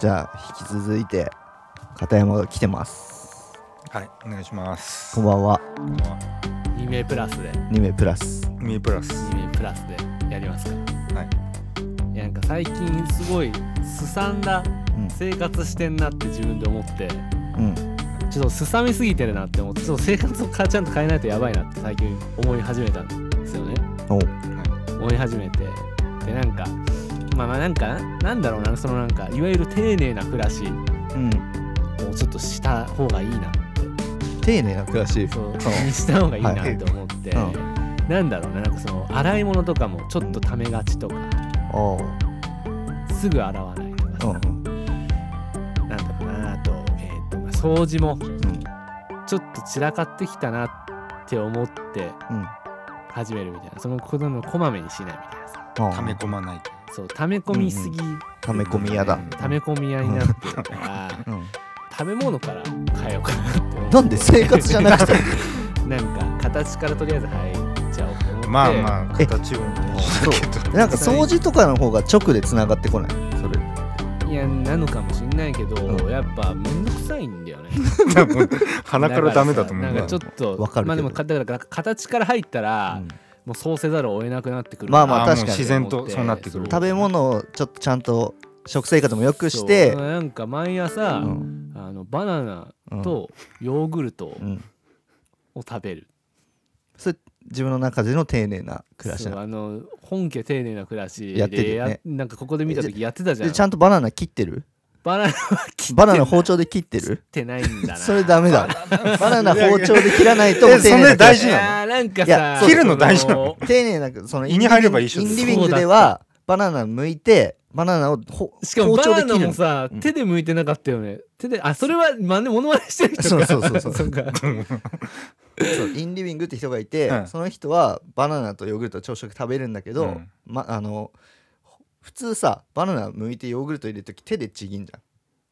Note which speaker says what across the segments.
Speaker 1: じゃあ引き続いて片山が来てます
Speaker 2: はい、お願いします。
Speaker 1: こんばんは
Speaker 3: 2名プラスで
Speaker 1: 2名プラス
Speaker 2: ミープラス。
Speaker 3: 2名プラスでやりますか
Speaker 2: はい。
Speaker 3: いやなんか最近すごいすさんだ
Speaker 1: うん
Speaker 3: 生活してんなって自分で思って
Speaker 1: うん
Speaker 3: ちょっとすさみすぎてるなって思ってちょっと生活をかちゃんと変えないとやばいなって最近思い始めたんですよね
Speaker 1: おう
Speaker 3: 思い始めてでなんかまあまあなんかなんだろうなそのなんかいわゆる丁寧な暮らし
Speaker 1: うん
Speaker 3: をちょっとした方がいいなって
Speaker 1: 丁寧な暮らし
Speaker 3: そう
Speaker 1: うん
Speaker 3: にした方がいいなって思って、
Speaker 1: はいう
Speaker 3: なんだろうななんかその洗い物とかもちょっとためがちとか
Speaker 1: おう
Speaker 3: すぐ洗わないとか
Speaker 1: う
Speaker 3: さ、
Speaker 1: んうん
Speaker 3: なんだろうなあと,、えーとまあ掃除もちょっと散らかってきたなって思って
Speaker 1: うん
Speaker 3: 始めるみたいなそのことのこまめにしないみたいなさ
Speaker 2: 溜
Speaker 1: た
Speaker 2: め込まないと。
Speaker 3: そう溜め込みすぎ、
Speaker 1: ため込み屋だ
Speaker 3: 溜め込み屋になってるから
Speaker 1: うん
Speaker 3: 食べ物から変えようかなって思って
Speaker 1: なんで生活じゃなくて
Speaker 3: なんか形からとりあえず入っちゃおうと思って
Speaker 2: まあまあ、
Speaker 1: え
Speaker 2: 形をね。
Speaker 1: そうなんか掃除とかの方が直でつながってこないそれ
Speaker 3: いやなのかもしんないけど、
Speaker 1: うん
Speaker 3: やっぱめんどくさいんだよね
Speaker 2: 多分 鼻からダメだと思う
Speaker 3: な
Speaker 2: なんん
Speaker 3: か
Speaker 2: かち
Speaker 3: さな
Speaker 2: ょっ
Speaker 3: んかちょっと
Speaker 1: わかるけど
Speaker 3: まあでもだからだから形から入ったら、
Speaker 1: うん
Speaker 3: もうそうせざるを得なくなってくる
Speaker 1: まあ
Speaker 2: と
Speaker 1: まあ
Speaker 2: ーもう
Speaker 1: 確かに
Speaker 2: 自然とそうなってくる
Speaker 3: そ
Speaker 1: 食
Speaker 3: う
Speaker 1: べ物をちょっとちゃんと食生活も良くし
Speaker 3: そう
Speaker 1: て
Speaker 3: なんか毎朝、
Speaker 1: うん
Speaker 3: あのバナナ
Speaker 1: うん
Speaker 3: とヨーグルト
Speaker 1: うん
Speaker 3: を食べる、
Speaker 1: それ自分の中での丁寧な暮らし
Speaker 3: そう
Speaker 1: な
Speaker 3: あの本家丁寧な暮らしで
Speaker 1: やってるよね
Speaker 3: なんかここで見た時やってたじゃ
Speaker 1: で
Speaker 3: ん
Speaker 1: ちゃんとバナナ切ってる
Speaker 3: バナナは切って
Speaker 1: バナナ包丁で切ってる
Speaker 3: ってないんだな
Speaker 1: それダメだバナナ包丁で切らないと
Speaker 2: え
Speaker 1: 丁寧な暮らし
Speaker 2: それ大事なの
Speaker 3: あーなんか
Speaker 1: いや
Speaker 3: さ
Speaker 2: 切るの大事な
Speaker 3: の
Speaker 1: 丁寧なその
Speaker 2: 胃に入れば一緒
Speaker 1: イ
Speaker 2: です
Speaker 1: ンリビングではバナナ剥いてバナナをほ
Speaker 3: しかも
Speaker 1: 包丁で
Speaker 3: バ
Speaker 1: 切
Speaker 3: ナナ
Speaker 1: る
Speaker 3: も
Speaker 1: の
Speaker 3: さ、
Speaker 1: うん
Speaker 3: 手で剥いてなかったよね手であそれはまねモノマネしてる人か
Speaker 1: そうそうそう そう
Speaker 3: か
Speaker 1: そうインリビングって人がいて、
Speaker 2: うん
Speaker 1: その人はバナナとヨーグルト朝食食べるんだけど、
Speaker 2: うん
Speaker 1: ま、あの普通さバナナ剥いてヨーグルト入れる時手でちぎんじゃん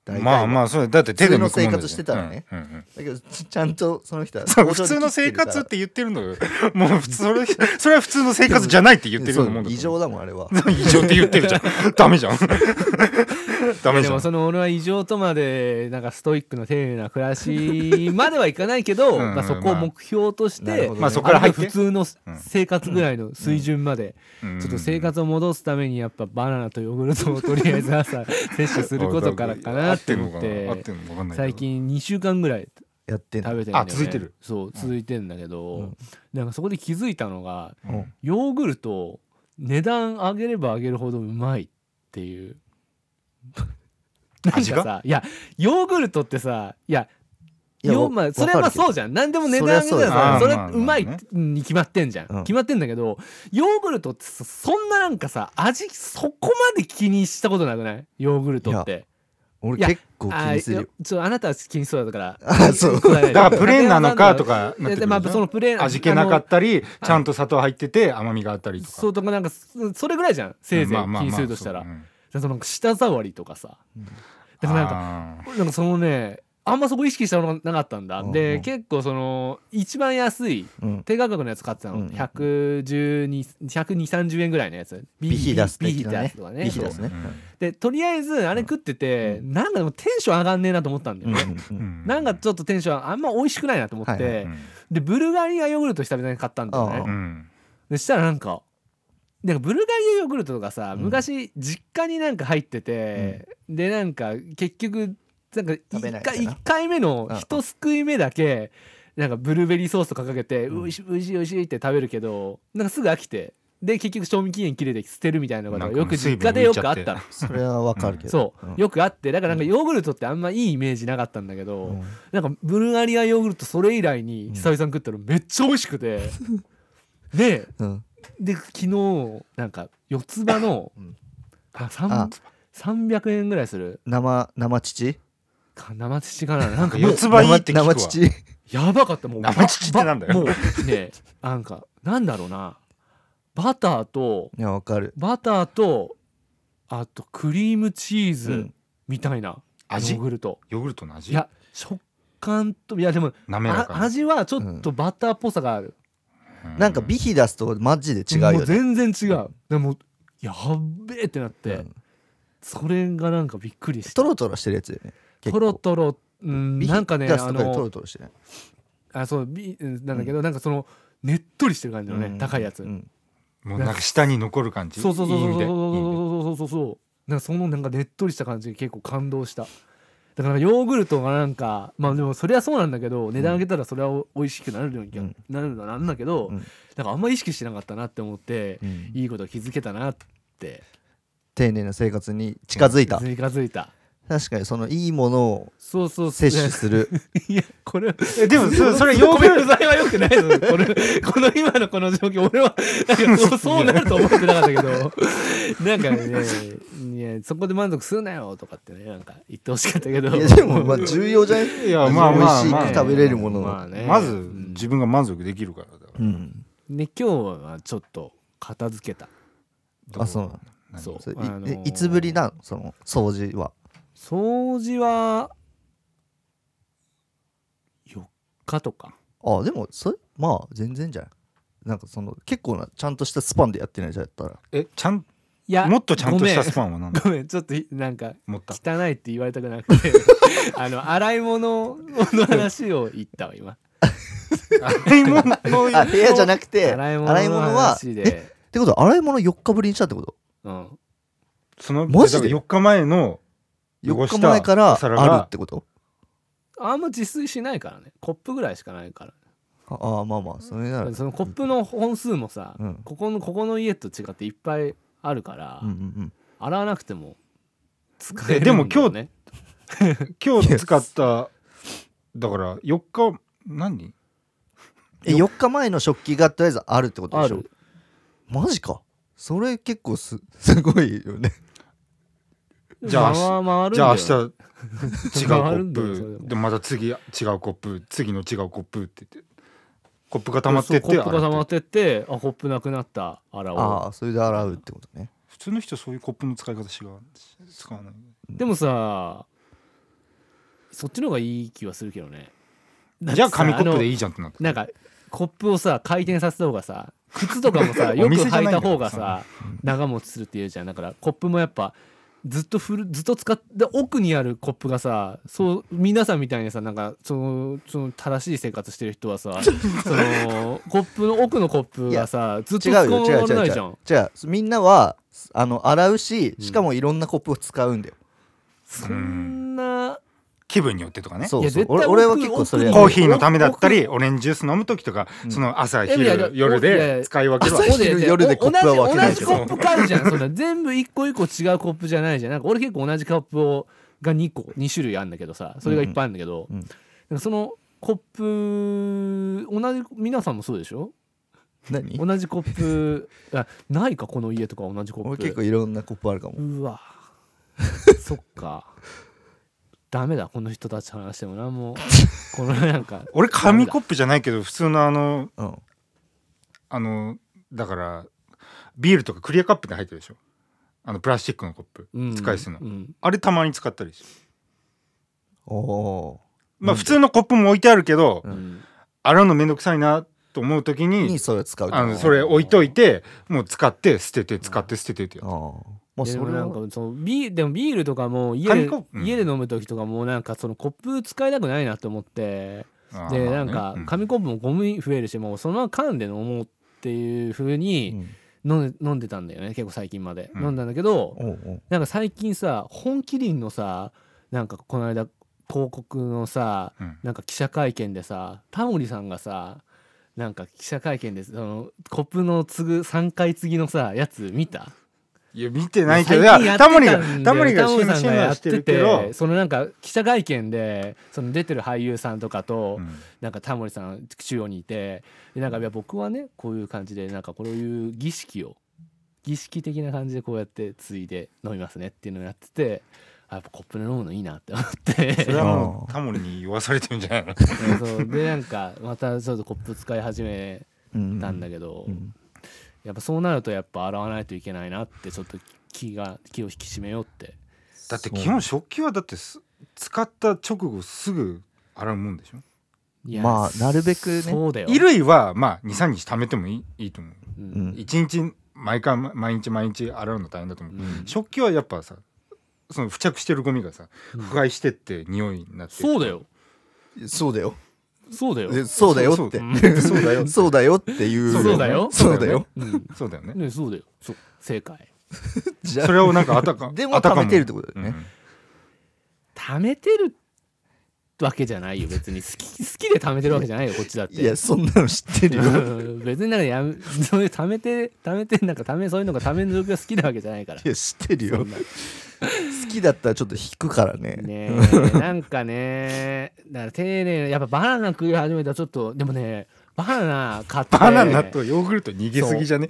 Speaker 1: 大体は
Speaker 2: まあまあ、それだって手でむくもん
Speaker 1: 普通の生
Speaker 2: だよ
Speaker 1: 活してたらね。
Speaker 2: うんうんうん
Speaker 1: だけどちちゃんとその人は
Speaker 2: そう
Speaker 1: 包
Speaker 2: 普
Speaker 1: 丁で
Speaker 2: 通の
Speaker 1: 切
Speaker 2: 生
Speaker 1: るから
Speaker 2: 活って言ってるのよ。もう普通それ、それは普通の生活じゃないって言ってるようなもん
Speaker 1: そ
Speaker 2: だ
Speaker 1: う異常だもんあ れは
Speaker 2: と思う。異常って言ってるじゃん。ダメじゃん。ダメ
Speaker 3: で
Speaker 2: じゃ
Speaker 3: も
Speaker 2: ん。
Speaker 3: その俺は異常とまでなんかストイックな丁寧な暮らしまではいかないけど
Speaker 2: うんうん
Speaker 3: まあそこを目標とし
Speaker 1: なる
Speaker 3: て
Speaker 1: ほど
Speaker 2: まあそこから入っ
Speaker 3: 普
Speaker 2: て。
Speaker 3: 通の
Speaker 2: ん
Speaker 3: 生活ぐらいの水準まで、
Speaker 2: うん
Speaker 3: ちょっと生活を戻すためにやっぱバナナとヨーグルトをとりあえず朝摂取することからかなって思っ
Speaker 2: 合って
Speaker 3: て
Speaker 2: んのかな合ってんのかわかんないけど
Speaker 3: 最近2週間ぐらい
Speaker 1: やってんの
Speaker 3: 食べてんだよ、
Speaker 2: あ
Speaker 3: ね、
Speaker 2: 続いてる
Speaker 3: そう続いてんだけど、
Speaker 1: うん
Speaker 3: なんかそこで気づいたのが
Speaker 2: うん
Speaker 1: うん
Speaker 3: ヨーグルト値段上げれば上げるほどうまいっていう。なんか
Speaker 2: 味が
Speaker 3: さいやヨーグルトってさいや
Speaker 1: いや
Speaker 3: よ
Speaker 1: わ
Speaker 3: まあ、それはま
Speaker 1: わ
Speaker 3: あ
Speaker 1: かるけど
Speaker 3: そうじゃん何でも値段上げたらさ
Speaker 2: そ
Speaker 3: そ
Speaker 2: り
Speaker 3: れ
Speaker 2: ゃそうだよ
Speaker 3: うまい
Speaker 2: まあまあ
Speaker 3: に決まってんじゃん、
Speaker 1: うん
Speaker 3: 決まってんだけどヨーグルトってさそんななんかさ味そこまで気にしたことなくないヨーグルトってい
Speaker 1: 俺
Speaker 3: や
Speaker 1: 結構気にする
Speaker 3: あ
Speaker 1: よ
Speaker 3: いやちょあなたは気にしそうだった から
Speaker 1: あそう
Speaker 3: 答えないで
Speaker 2: だからプレーンなのかとかなってくるで
Speaker 3: いや
Speaker 2: しょ
Speaker 3: でまあそのプレーン
Speaker 2: 味気なか
Speaker 3: あ
Speaker 2: ったりちゃんと砂糖入ってて甘みがあったり
Speaker 3: の
Speaker 2: とか
Speaker 3: そうとかなんかそそれぐらいじゃんせいぜい
Speaker 2: まあ
Speaker 3: 気
Speaker 2: まあまあ
Speaker 3: にするとしたら
Speaker 2: そううん
Speaker 3: だからなんか舌触りとかさ、だからなんか
Speaker 2: あ
Speaker 3: なんかそのねあんまそこ意識したことなかったんだ、
Speaker 1: うんうん
Speaker 3: で結構その一番安い
Speaker 1: うん
Speaker 3: 低価格のやつ買ってたの、
Speaker 1: うんうん
Speaker 3: 11230円ぐらいのやつ
Speaker 1: ビヒダス
Speaker 3: ビヒ
Speaker 1: 的な
Speaker 3: ダ
Speaker 1: ね
Speaker 3: スとか
Speaker 1: ビ
Speaker 3: ね
Speaker 1: ヒダスね
Speaker 3: でとりあえずあれ食ってて、
Speaker 1: う
Speaker 3: なんかでもテンション上がんねえなと思ったんだ
Speaker 1: う
Speaker 3: よ
Speaker 1: んうん
Speaker 3: ね、
Speaker 1: う
Speaker 2: ーうんん
Speaker 3: なんかちょっとテンションあんま美味しくないなと思って、
Speaker 1: はいはい
Speaker 2: うん
Speaker 3: でブルガリアヨーグルト久々に買ったんだよ
Speaker 1: あ
Speaker 3: ね
Speaker 1: あ
Speaker 2: うん
Speaker 3: でしたらなんかなんかブルガリアヨーグルトとかさ、
Speaker 1: うん
Speaker 3: 昔実家になんか入ってて、でなんか結局なんか
Speaker 1: 食べないみた
Speaker 3: 1回
Speaker 1: いな
Speaker 3: 一回目の
Speaker 1: うん
Speaker 3: 一すくい目だけなんかブルーベリーソースとかかけて、
Speaker 1: う
Speaker 3: うんおいしいおいしいおいしいって食べるけどなんかすぐ飽きてで結局賞味期限切れて捨てるみたいなこと
Speaker 2: なん
Speaker 3: が
Speaker 2: か
Speaker 3: よく実家でよくあったの
Speaker 1: それはわかるけど
Speaker 3: そう、
Speaker 1: うん
Speaker 3: よくあってだからなんかヨーグルトってあんまいいイメージなかったんだけど、
Speaker 1: うん
Speaker 3: なんかブルガリアヨーグルトそれ以来に久々に食ったらめっちゃ美味しくて、 で
Speaker 1: うん
Speaker 3: で昨日なんか四つ葉の
Speaker 1: うん
Speaker 3: あ
Speaker 1: あ
Speaker 3: 三300円ぐらいする
Speaker 1: 生生乳
Speaker 3: か生乳かななんか
Speaker 2: 四つ葉いいって聞くわ
Speaker 1: 生乳
Speaker 3: やばかったもう
Speaker 2: 生乳ってなんだよ
Speaker 3: ばばもうねなんかなんだろうなバターと
Speaker 1: いやわかる
Speaker 3: バターとあとクリームチー
Speaker 1: う
Speaker 3: ズ
Speaker 1: ん
Speaker 3: みたいな、
Speaker 2: 味
Speaker 3: ヨーグルト
Speaker 2: ヨーグルトの味
Speaker 3: いや食感といやでも
Speaker 2: 滑ら
Speaker 3: あ
Speaker 2: か
Speaker 3: 味はちょっとバターっぽさがある、
Speaker 2: う
Speaker 1: なんかビヒダスとマジで違う
Speaker 3: も
Speaker 1: よ
Speaker 3: う
Speaker 1: ね
Speaker 3: 全然違うでもやっべえってなって、
Speaker 1: うん
Speaker 3: それがなんかびっくりした
Speaker 1: トロトロしてるやつだよね
Speaker 3: トロトロうん
Speaker 1: ビヒ
Speaker 3: なんかね
Speaker 1: ガス
Speaker 3: あ
Speaker 1: とかでト
Speaker 3: の
Speaker 1: ロトロしてない
Speaker 3: あそうビうんなんだけど、なんかそのねっとりしてる感じのね、
Speaker 1: うん
Speaker 3: 高いやつ、
Speaker 1: うん
Speaker 2: もうなんか下に残る感じ
Speaker 3: そうそうそう
Speaker 2: いい
Speaker 3: そ
Speaker 2: 意
Speaker 3: う
Speaker 2: 味で
Speaker 3: そうそうそうそうそうそうなんかそのなんかねっとりした感じに結構感動しただからヨーグルトがなんかまあでもそりゃそうなんだけど値段上げたらそれは美味しくなるように、
Speaker 1: うん
Speaker 3: なるのはなんだけど、
Speaker 1: うん
Speaker 3: なんかあんま意識してなかったなって思って、
Speaker 1: うん
Speaker 3: いいこと気づけたなって
Speaker 1: 丁寧な生活に近づいた
Speaker 3: 近づいた
Speaker 1: 確かにそのいいものを
Speaker 3: そうそうそう
Speaker 1: 摂取する
Speaker 3: いやこれ
Speaker 2: えでもそそれヨーグ
Speaker 3: 米
Speaker 2: ル
Speaker 3: の
Speaker 2: ト
Speaker 3: 材は良くないのこれこの 今のこの状況俺は なんかそうそうなると思ってなかったけど なんかねいやそこで満足するなよとかってねなんか言ってほしかったけど
Speaker 1: いやでもまあ重要じゃない
Speaker 2: いや
Speaker 1: 味
Speaker 2: まあまあ
Speaker 1: 美
Speaker 2: ま
Speaker 1: 味
Speaker 2: あ
Speaker 1: しく食べれるものを、
Speaker 3: まあね
Speaker 2: まず
Speaker 3: うん
Speaker 2: 自分が満足できるからだから
Speaker 1: うん
Speaker 3: ね今日はちょっと片付けた
Speaker 1: あそうなんだ
Speaker 2: 何
Speaker 3: そう
Speaker 1: それい,え、
Speaker 3: あのー
Speaker 1: いつぶりなのその掃除は
Speaker 3: 掃除は4日とか
Speaker 1: あでもそれまあ全然じゃないなんかその結構なちゃんとしたスパンでやってないじゃんやったら
Speaker 2: えちゃん
Speaker 3: いや
Speaker 2: もっとちゃんとしたス
Speaker 3: ン
Speaker 2: パンは何だ
Speaker 3: ごめんごめんちょっといなんか
Speaker 2: 思った
Speaker 3: 汚いって言われたくな くてあの洗い物の話を言ったわ今
Speaker 2: 洗い物の
Speaker 1: あ部屋じゃなくて洗
Speaker 3: 洗
Speaker 1: い
Speaker 3: い
Speaker 1: 物
Speaker 3: 物の
Speaker 1: は
Speaker 3: 話
Speaker 1: えっ
Speaker 3: で、
Speaker 1: てことは洗い物4日ぶりにしたってこと
Speaker 3: うん、
Speaker 2: その
Speaker 1: マジで
Speaker 2: 4日前の汚
Speaker 1: 4
Speaker 2: した
Speaker 1: 日前から
Speaker 2: お皿が
Speaker 1: あるってこと
Speaker 3: あんま自炊しないからねコップぐらいしかないから
Speaker 1: ああまあまあそれなら
Speaker 3: そのコップの本数もさ、
Speaker 1: うん
Speaker 3: ここのここの家と違っていっぱいあるから、
Speaker 1: うんうん
Speaker 3: 洗わなくても使えるんだよ、ね、
Speaker 2: えでも今日今日使っただから4日何
Speaker 1: え4日前の食器がとりあえずあるってことで
Speaker 3: あ
Speaker 1: しょ
Speaker 3: る
Speaker 1: マジかそれ結構す すごいよね
Speaker 2: じゃあ
Speaker 3: あ
Speaker 2: じゃあ明
Speaker 3: 回るんだよ
Speaker 2: 日 違うコ
Speaker 3: 回る
Speaker 2: ッ
Speaker 3: んだよそれで
Speaker 2: プ
Speaker 3: も
Speaker 2: でまた次違うコップ次の違うコップって言ってコップが溜まってって
Speaker 3: そうコップが溜ま
Speaker 2: 洗
Speaker 3: ってってあコップなくなった洗おう
Speaker 1: ああそれで洗うってことね
Speaker 2: 普通の人そういうコップの使い方違う使わない
Speaker 3: でもさそっちの方がいい気はするけどね
Speaker 2: じゃあ紙コップで
Speaker 3: い
Speaker 2: いいじゃんってなった
Speaker 3: なんかコップをさ回転させた方がさ靴とかもさ
Speaker 2: お
Speaker 3: よく
Speaker 2: 店じゃない
Speaker 3: 履
Speaker 2: んだ
Speaker 3: いた
Speaker 2: から
Speaker 3: 方がさ長持ちするっていうじゃんだからコップもやっぱずっと振るずっと使ってで奥にあるコップがさそう皆さんみたいにさなんかそのその正しい生活してる人はさそのコップの奥のコップがさずっと
Speaker 1: 違う
Speaker 3: 使わ
Speaker 1: よ違う違う
Speaker 3: ない
Speaker 1: 違
Speaker 3: じゃ
Speaker 1: うん違うみんなはあの洗うししかもいろんなコップを使うんだよ、
Speaker 3: そんな
Speaker 2: 気分によってとかね
Speaker 1: そう
Speaker 3: いや
Speaker 1: そう
Speaker 3: 絶対
Speaker 1: 俺俺
Speaker 3: 奥
Speaker 1: は結構それや
Speaker 3: 奥
Speaker 1: る
Speaker 2: コーヒーのためだったりオレンジジュース飲む時とか、
Speaker 1: うん
Speaker 2: その朝
Speaker 3: いやいやいや
Speaker 2: 昼夜
Speaker 3: いやい
Speaker 2: で
Speaker 3: や
Speaker 2: 使い分けるわ
Speaker 1: 朝
Speaker 2: け
Speaker 1: 昼夜でコップは分けないで
Speaker 3: 同じ
Speaker 1: し
Speaker 3: 同
Speaker 1: ょ
Speaker 3: じコップ買うじゃんそんな全部一個一個違うコップじゃないじゃんなんか俺結構同じカップをが2個2種類あるんだけどさそれがいっぱいあるんだけど、
Speaker 1: うんうん
Speaker 3: なんかそのコップ同じ皆さんもそうでしょ
Speaker 1: 何
Speaker 3: 同じコップあないかこの家とか同じコップ
Speaker 1: 俺結構いろんなコップあるかも
Speaker 3: うわそっかダメだこの人たちと話してもな もうこのなんか
Speaker 2: 俺紙コップじゃないけど普通のあの
Speaker 1: うん
Speaker 2: あのだからビールとかクリアカップで入ってるでしょあのプラスチックのコップ、
Speaker 3: うん
Speaker 2: 使い捨ての、
Speaker 3: うん
Speaker 2: あれたまに使ったりし
Speaker 1: おお
Speaker 2: まあ普通のコップも置いてあるけど、
Speaker 1: う
Speaker 3: うん
Speaker 2: 洗うのめんどくさいなと思う時
Speaker 1: ー
Speaker 2: に
Speaker 1: にそれ使う
Speaker 2: あのそれ置いといてもう使って捨てて使って捨ててってや
Speaker 1: あ
Speaker 2: つ
Speaker 1: あまあ
Speaker 3: で
Speaker 1: そ
Speaker 3: も
Speaker 1: れ
Speaker 3: な
Speaker 1: は
Speaker 3: んかそのビールでもビールとかも家
Speaker 2: 紙
Speaker 3: で
Speaker 2: コップうん
Speaker 3: 家で飲む時とかもなんかそのコップ使いたくないなと思って
Speaker 2: あー
Speaker 3: で
Speaker 2: ま
Speaker 3: な
Speaker 2: あ
Speaker 3: ん
Speaker 2: ね
Speaker 3: か
Speaker 2: うん
Speaker 3: 紙コップもゴミ増えるしもうそのまま缶で飲もうっていう風に
Speaker 1: うん
Speaker 3: 飲んで飲んでたんだよね結構最近まで
Speaker 2: うん
Speaker 3: 飲んだんだけど
Speaker 1: おうおう
Speaker 3: なんか最近さ本麒麟のさなんかこの間広告のさ
Speaker 2: うん
Speaker 3: なんか記者会見でさタモリさんがさなんか記者会見でそのコップの継ぐ3回継ぎのさやつ見た
Speaker 2: いや見てないけどい
Speaker 3: 最近
Speaker 2: や
Speaker 3: やって
Speaker 2: タ
Speaker 3: たん
Speaker 2: モ
Speaker 3: だ
Speaker 2: リ
Speaker 3: よ
Speaker 2: がタモリが
Speaker 3: タモリ
Speaker 2: 新
Speaker 3: さんがや
Speaker 2: 聞
Speaker 3: っ
Speaker 2: して
Speaker 3: て
Speaker 2: るけど
Speaker 3: て、そのなんか記者会見でその出てる俳優さんとかと、
Speaker 2: うん
Speaker 3: なんかタモリさん中央にいてでなんかいや僕はねこういう感じでなんかこういう儀式を儀式的な感じでこうやって継いで飲みますねっていうのをやっててあやっぱコップで飲むのいいなって思って
Speaker 2: それはもうタモリに言わされてるんじゃないの
Speaker 3: そうでなんかまたちょっとコップ使い始め
Speaker 1: うん
Speaker 3: たんだけど、
Speaker 1: うん
Speaker 3: やっぱそうなるとやっぱ洗わないといけないなってちょっと気が気を引き締めようって
Speaker 2: だって基本食器はだってす使った直後すぐ洗うもんでしょ
Speaker 3: いや
Speaker 1: まあなるべくね
Speaker 3: そうだよ
Speaker 2: 衣類はまあ23日貯めてもいいいいと思う
Speaker 1: う
Speaker 3: う
Speaker 1: んん
Speaker 2: 1日毎回毎日毎日洗うの大変だと思う、
Speaker 3: うん
Speaker 2: 食器はやっぱさその付着してるゴミがさ腐敗してって匂いになって
Speaker 3: そうだよ
Speaker 1: そうだよ
Speaker 3: そうだよ
Speaker 1: えそうだよって
Speaker 2: そうそうだよ
Speaker 1: そうだよっていう
Speaker 3: そうだよ
Speaker 1: そうだよ
Speaker 3: うん
Speaker 2: そうだよね
Speaker 3: ねそうだよそう正解
Speaker 1: じゃあ
Speaker 2: それをなんかあたか
Speaker 1: でも貯めてるってことだよね、
Speaker 3: 貯めてるわけじゃないよ別に好き好きで貯めてるわけじゃないよこっちだって
Speaker 1: いやそんなの知ってるよ
Speaker 3: うん 別になんかやめそういう貯めて貯めてなんか貯めそういうのが貯める状況が好きなわけじゃないから
Speaker 1: いや知ってるよ好きだったらちょっと引くからね
Speaker 3: ねえなんかねだから丁寧なやっぱバナナ食い始めたらちょっとでもねバナナ買って
Speaker 2: バナナとヨーグルト逃げすぎじゃね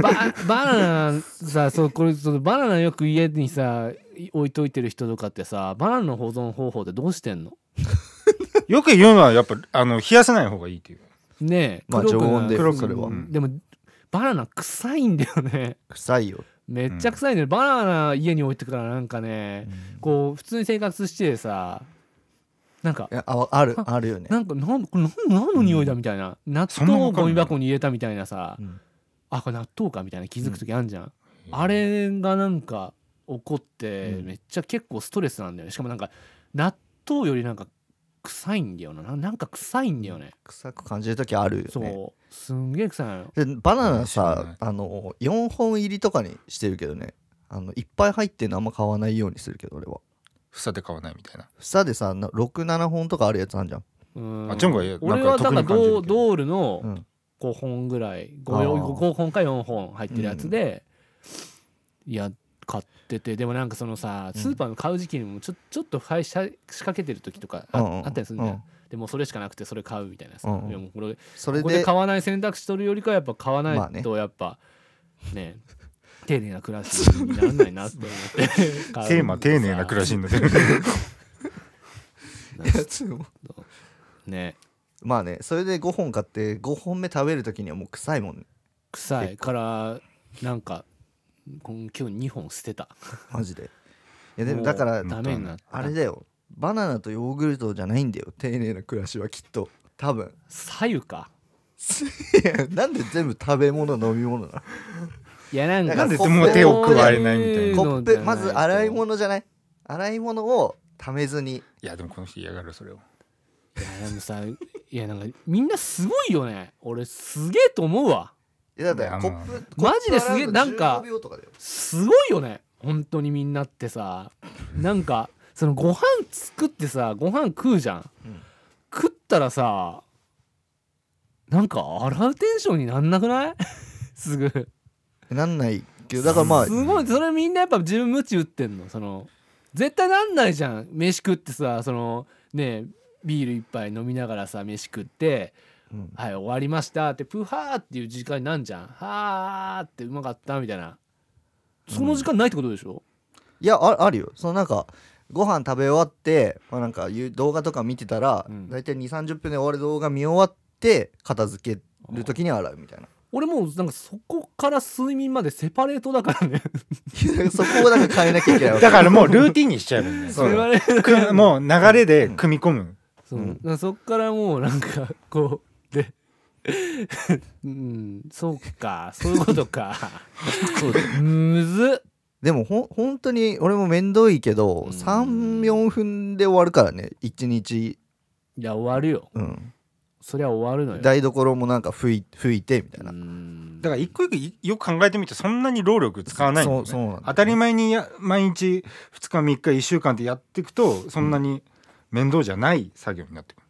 Speaker 3: ババナナさそうこれそのバナナよく家にさい置いといてる人とかってさバナナの保存方法ってどうしてんの
Speaker 2: よく言うのはやっぱあの冷やさない方がいいっていう
Speaker 3: ねえ
Speaker 1: まあ
Speaker 3: 黒くな
Speaker 1: 常温で黒
Speaker 2: 黒く
Speaker 1: それは、
Speaker 2: うん
Speaker 3: でもバナナ臭いんだよね
Speaker 1: 臭いよ、
Speaker 3: めっちゃ臭いんだよ、バナナ家に置いてからなんかね、こう普通に生活してさなんか
Speaker 1: いやああるあるよね
Speaker 3: なんかなんこれなん何の匂いだみたいな、納
Speaker 2: そんな
Speaker 3: 豆
Speaker 2: わ
Speaker 3: を
Speaker 2: かんない
Speaker 3: ゴミ箱に入れたみたいなさ
Speaker 1: うん
Speaker 3: あこれ納豆かみたいな気づく時あんじゃん、あれがなんか起こって、
Speaker 1: うん
Speaker 3: めっちゃ結構ストレスなんだよねしかもなんか納豆よりなんか臭いんだよなななんか臭いんだよね
Speaker 1: 臭く感じる時あるよね
Speaker 3: そうすんげえ臭いのよ
Speaker 1: でバナナ
Speaker 2: 知らない
Speaker 1: さあの4本入りとかにしてるけどねあのいっぱい入ってんのあんま買わないようにするけど俺は
Speaker 2: 房で買わないみたいな
Speaker 1: 房でさ67本とかあるやつあんじゃん、
Speaker 3: うん
Speaker 2: あジョンがなんか
Speaker 3: 俺はだから
Speaker 2: 特に感じる
Speaker 3: ド
Speaker 2: けど
Speaker 3: ドールの
Speaker 1: うん、
Speaker 3: 5本ぐらい 5,
Speaker 1: あー
Speaker 3: 本か4本入ってるやつで、いや買っててでもなんかそのさ
Speaker 1: うん
Speaker 3: スーパーの買う時期にもちょちょっと配車仕掛けてる時とかあ,、
Speaker 1: うんうん
Speaker 3: あったりするんだよ、でもうそれしかなくてそれ買うみたいなさ、
Speaker 1: うんうん
Speaker 3: いやもうこれ
Speaker 1: それ
Speaker 3: ここで
Speaker 1: で
Speaker 3: 買わない選択肢取るよりかはやっぱ買わ
Speaker 1: まあ
Speaker 3: ない
Speaker 1: ね
Speaker 3: とやっぱね丁寧な暮らしにならないなって思って買う
Speaker 2: テーマ丁寧な暮らしの で
Speaker 1: やつも
Speaker 3: ね
Speaker 1: まあねそれで5本買って5本目食べる時にはもう臭いもんね
Speaker 3: 臭いからなんかこん今日2本捨てた
Speaker 1: マジでいやで
Speaker 3: も
Speaker 1: も
Speaker 3: う
Speaker 1: だから
Speaker 3: ダメになった
Speaker 1: あれだよバナナとヨーグルトじゃないんだよ丁寧な暮らしはきっと多分
Speaker 3: 左右か
Speaker 1: いやなんで全部食べ物飲み物なの
Speaker 3: いやなんか
Speaker 1: なんでもう手を加え
Speaker 2: ないみたいな
Speaker 1: コップまず洗い物じゃない洗い物をためずに
Speaker 2: いやでもこの人嫌がるそれを
Speaker 3: いやでもさいやなんかみんなすごいよね俺すげえと思うわ
Speaker 1: いやだ
Speaker 2: いや
Speaker 1: よコ
Speaker 2: まあ
Speaker 1: ップ
Speaker 3: マジですげえ
Speaker 1: コップ洗うの
Speaker 3: なんか
Speaker 1: 15秒とかだよ
Speaker 3: すごいよね本当にみんなってさなんかそのご飯作ってさご飯食うじゃん、
Speaker 1: うん
Speaker 3: 食ったらさなんか洗うテンションになんなくない すぐ
Speaker 1: なんないけどだからまあ
Speaker 3: すごいそれみんなやっぱ自分無知打ってんのその絶対なんないじゃん飯食ってさそのねえビール一杯飲みながらさ飯食って
Speaker 1: うん
Speaker 3: はい終わりましたってプハーっていう時間になんじゃんはーってうまかったみたいなその時間ないってことでしょ、
Speaker 1: いやああるよそのなんかご飯食べ終わって、まあ、なんかゆ動画とか見てたら、
Speaker 3: うん
Speaker 1: 大体2 3 0分で終わる動画見終わって片付ける時に洗うみたいな
Speaker 3: 俺もうなんかそこから睡眠までセパレートだからね
Speaker 1: いやそこをなんか変えなきゃいけないわけ
Speaker 2: だからもうルーティンにしちゃえばいいん だ
Speaker 1: そ
Speaker 2: よ
Speaker 1: う
Speaker 3: 言われる
Speaker 2: くもう流れで組み込む
Speaker 3: そう
Speaker 1: うん
Speaker 3: だからそっからもうなんかこうで うんそうかそういうことか
Speaker 1: そうだ
Speaker 3: むずっ
Speaker 1: でもほん本当に俺もめんどいけど
Speaker 3: うん
Speaker 1: 34分で終わるからね1日、
Speaker 3: いや終わるよ
Speaker 1: うん、
Speaker 3: そりゃ終わるのよ
Speaker 1: 台所もなんか拭い拭いてみたいうな、
Speaker 3: ん
Speaker 2: だから一個一個いよく考えてみてそんなに労力使わないんだよね
Speaker 1: そうそうなんだよね
Speaker 2: 当たり前にや毎日2日3日1週間ってやっていくとそんなに面倒じゃない作業になってくる、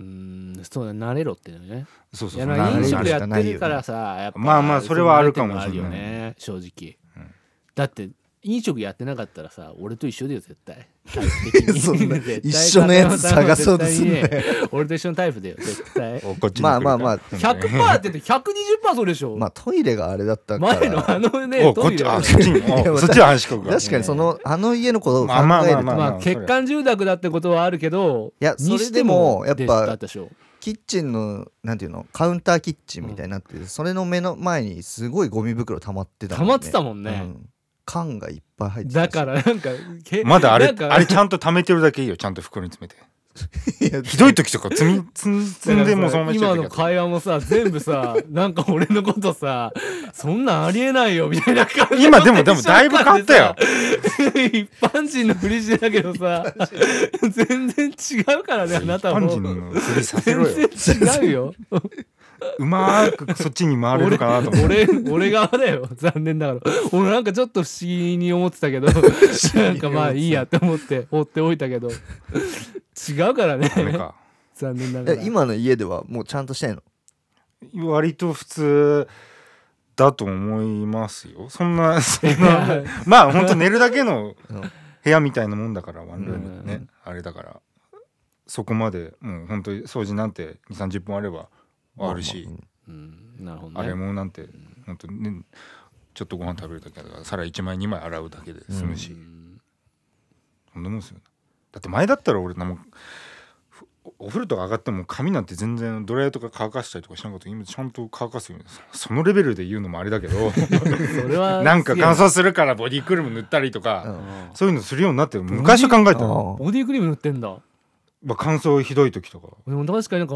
Speaker 3: うんそうだ慣れろっていうのね
Speaker 2: そう
Speaker 3: い
Speaker 2: そう
Speaker 3: や
Speaker 2: そう
Speaker 3: なんか
Speaker 1: 慣
Speaker 3: 飲
Speaker 1: れ
Speaker 3: 食
Speaker 1: る
Speaker 3: やってるからさやっぱ
Speaker 2: まあまあそれはあるかもしれない
Speaker 3: そううのあるよね正直、
Speaker 2: うん
Speaker 3: だって飲食やってなかったらさ俺と一緒だよ絶対タイプ的 に
Speaker 1: そんな
Speaker 3: 絶対
Speaker 1: 一緒のやつ探そうとすんなよ
Speaker 3: 絶対にね 俺と一緒のタイプだよ絶 対
Speaker 2: おこっちに来る
Speaker 1: まあまあまあ
Speaker 3: 100%って言って120%そうでしょ、
Speaker 1: まあトイレがあれだったから
Speaker 3: 前のあのね
Speaker 2: おこ
Speaker 3: ト
Speaker 2: っ
Speaker 3: イ
Speaker 2: ち
Speaker 3: レ
Speaker 2: あそっ ちにおそっちは安心国が
Speaker 1: 確かにそのあの家のことを考えると、
Speaker 2: まあまあまあまあ
Speaker 3: まあ欠陥住宅だってことはあるけど
Speaker 1: いやそれでもやっぱ
Speaker 3: にしてもだったでしょ
Speaker 1: キッチンのなんていうのカウンターキッチンみたいになってて、それの目の前にすごいゴミ袋溜まってた
Speaker 3: 溜
Speaker 1: もん
Speaker 3: まってたもんね、
Speaker 1: うん缶がいっぱい入ってたし
Speaker 3: だからなんかけ
Speaker 2: まだあれ
Speaker 3: なんか
Speaker 2: あれちゃんと貯めてるだけいいよちゃんと袋に詰めて
Speaker 1: いや
Speaker 2: ひどい時とか 積み積ん積んでもうそのままいっちゃ
Speaker 3: 今
Speaker 2: う
Speaker 3: の
Speaker 2: 時あっ
Speaker 3: 会話もさ全部さ なんか俺のことさそんなんありえないよみたいな感じ
Speaker 2: 今でもでもだいぶ変わったよ
Speaker 3: 一般人のふりしてたけどさ全然違うからね
Speaker 2: た
Speaker 3: あなた
Speaker 2: 一
Speaker 3: も
Speaker 2: 般人のふりさせろ
Speaker 3: 全
Speaker 2: よ
Speaker 3: 然違うよ
Speaker 2: うまーくそっちに回れるかなと思って
Speaker 3: 俺俺側だよ残念ながら俺なんかちょっと不思議に思ってたけどなんかまあいいやって思って放っておいたけど違うからね
Speaker 2: あれか
Speaker 3: 残念なが
Speaker 1: え
Speaker 3: ら
Speaker 1: 今の家ではもうちゃんとしてんの
Speaker 2: 割と普通だと思いますよそんなそん
Speaker 3: い
Speaker 2: な
Speaker 3: や
Speaker 2: まあ本当寝るだけの
Speaker 1: うん
Speaker 2: 部屋みたいなもんだからワンルームってね、
Speaker 3: う
Speaker 2: あれだからそこまでもう本当に掃除なんて2 3 0分あればあるし、
Speaker 1: まあま
Speaker 3: うんなるほ
Speaker 2: あ
Speaker 3: ど
Speaker 2: れ
Speaker 3: ね
Speaker 2: もなんて本当に、ね、ちょっとご飯食べるだけだから皿1枚2枚洗うだけで済むし、
Speaker 3: うん
Speaker 2: そんなもんですよねだって前だったら俺なんもふおお風呂とか上がっても髪なんて全然ドライヤーとか乾かしたりとかしなかったけど今ちゃんと乾かすようにそのレベルで言うのもあれだけど
Speaker 3: それは
Speaker 2: なんか
Speaker 3: すげえ
Speaker 2: 乾燥するからボディクリーム塗ったりとか、
Speaker 1: うん
Speaker 3: うん
Speaker 2: そういうのするようになって昔は考えたの、
Speaker 1: ああ
Speaker 3: ボディクリーム塗ってんだ
Speaker 2: まあ、乾燥ひどい時とか
Speaker 3: でも確かになんか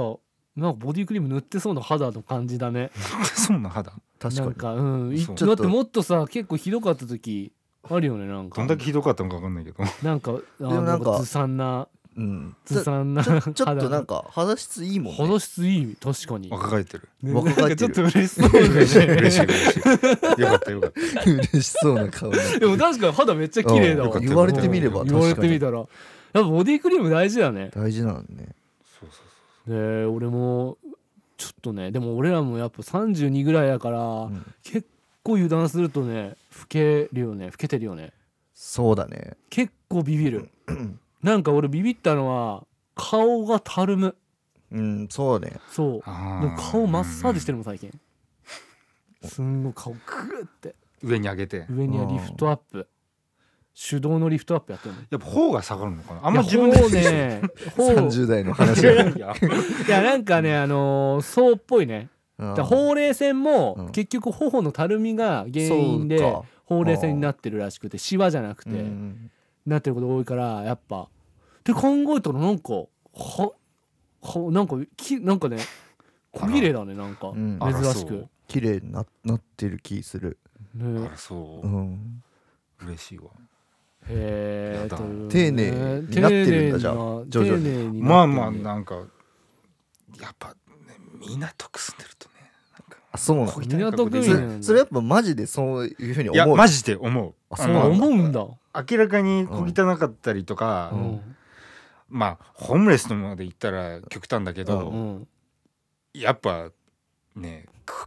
Speaker 3: なんかボディクリーム塗ってそうな肌の感じだね
Speaker 2: そんな肌
Speaker 1: 確
Speaker 3: なん
Speaker 1: か
Speaker 3: かうんい
Speaker 2: そう
Speaker 3: だってもっとさ結構ひどかった時あるよねなんか
Speaker 2: どんだけひどかったのか分かんないけど
Speaker 3: なんかあ
Speaker 1: もな
Speaker 3: なんん
Speaker 1: か
Speaker 3: かずさん
Speaker 1: に
Speaker 3: な
Speaker 1: うんち
Speaker 3: ず
Speaker 1: ょちょ
Speaker 3: さんな
Speaker 1: ちょっとなんか肌質いいもんね
Speaker 3: 肌質いい確かに
Speaker 2: 若返ってる
Speaker 3: ね
Speaker 1: 若返ってる
Speaker 3: なんかちょっと嬉しそうだよね
Speaker 2: 嬉しい嬉しいよかったよかった
Speaker 1: 嬉しそうな顔になって
Speaker 3: でも確かに肌めっち ゃ綺麗だわ
Speaker 2: うんよかった
Speaker 1: 言われてみれば
Speaker 3: 言われ
Speaker 1: 確か
Speaker 3: てみ
Speaker 1: に
Speaker 3: たらやっぱボディクリーム大事だね
Speaker 1: 大事なのね
Speaker 2: そうそう
Speaker 3: で俺もちょっとねでも俺らもやっぱ32ぐらいだから、
Speaker 1: ん
Speaker 3: 結構油断するとね老けるよね老けてるよね
Speaker 1: そうだね
Speaker 3: 結構ビビるなんか俺ビビったのは顔がたるむ
Speaker 1: うんそうね
Speaker 3: そう
Speaker 2: あ
Speaker 3: で
Speaker 2: ー
Speaker 3: も顔マッサージしてるもん最近すんごい顔グーって
Speaker 2: 上に上げて
Speaker 3: 上にはリフトアップ手動のリフトアップやってるの
Speaker 2: やっぱ頬が下がるのかなあ
Speaker 3: あ
Speaker 2: んま自分で
Speaker 3: ね ほう
Speaker 1: 30代の話
Speaker 2: 知ら
Speaker 1: が
Speaker 2: ないや
Speaker 3: いやなんかねあのーそうっぽいねだからほうれい線
Speaker 1: う
Speaker 3: も
Speaker 1: ん
Speaker 3: 結局頬のたるみが原因で
Speaker 1: そうか
Speaker 3: ほうれい線になってるらしくてシワじゃなく
Speaker 1: う
Speaker 3: て
Speaker 1: ん
Speaker 3: なってることが多いからやっぱって考えたらなんかははなんかきなんかね小綺麗だねなんか
Speaker 1: うん
Speaker 2: あら
Speaker 3: 珍し
Speaker 2: そ
Speaker 3: く
Speaker 2: う
Speaker 1: 綺麗にななってる気する
Speaker 2: あ
Speaker 3: ね
Speaker 2: らそううん嬉しいわ
Speaker 3: へ
Speaker 2: や
Speaker 3: え
Speaker 2: だ
Speaker 3: というね
Speaker 1: 丁寧になってるんだじゃあ
Speaker 3: 丁
Speaker 1: 徐
Speaker 3: 寧
Speaker 1: 々
Speaker 3: な
Speaker 1: に
Speaker 3: 丁寧に
Speaker 2: まあまあ
Speaker 3: なっ
Speaker 2: なんかやっぱね港区住んでるとね
Speaker 1: あそうなの
Speaker 2: こういった格好で
Speaker 3: 港
Speaker 1: そ
Speaker 3: 区
Speaker 2: い
Speaker 1: れそれやっぱマジでそういうふうに
Speaker 2: や
Speaker 1: 思う
Speaker 2: マジで思う
Speaker 1: あ
Speaker 2: あ
Speaker 1: そう
Speaker 3: てる
Speaker 1: な
Speaker 3: あ
Speaker 2: の
Speaker 1: だ
Speaker 3: 思うんだ
Speaker 2: 明らかに小汚かったりとか、
Speaker 1: うん
Speaker 2: まあホームレスのまで言ったら極端だけど、
Speaker 1: う
Speaker 3: うん
Speaker 2: やっぱねく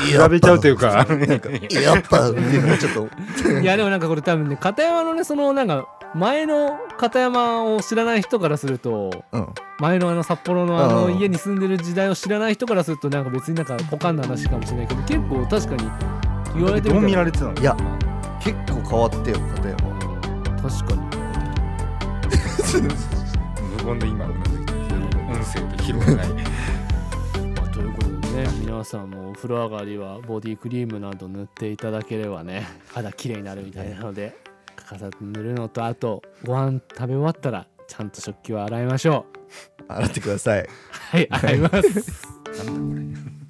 Speaker 1: い
Speaker 2: 比
Speaker 1: や
Speaker 2: べちゃうというか
Speaker 1: やっ ぱっていうのはちょっと
Speaker 3: いやでもなんかこれ多分ね片山のねそのなんか前の片山を知らない人からすると
Speaker 1: うん
Speaker 3: 前のあの札幌のあの
Speaker 1: うん
Speaker 3: 家に住んでる時代を知らない人からするとなんか別になんか股間の話かもしれないけど結構確かに言われて
Speaker 2: どう
Speaker 3: み
Speaker 2: 見
Speaker 3: たら
Speaker 2: られてたの
Speaker 1: いや結構変わってよ片山
Speaker 3: 確かに
Speaker 2: 無言で今うなずいてる音声で拾えない
Speaker 3: まあということでね皆さんもお風呂上がりはボディクリームなど塗っていただければね 肌きれいになるみたいなので欠かさず塗るのとあとご飯食べ終わったらちゃんと食器を洗いましょう
Speaker 1: 洗ってください
Speaker 3: はい洗います
Speaker 2: なんだこれ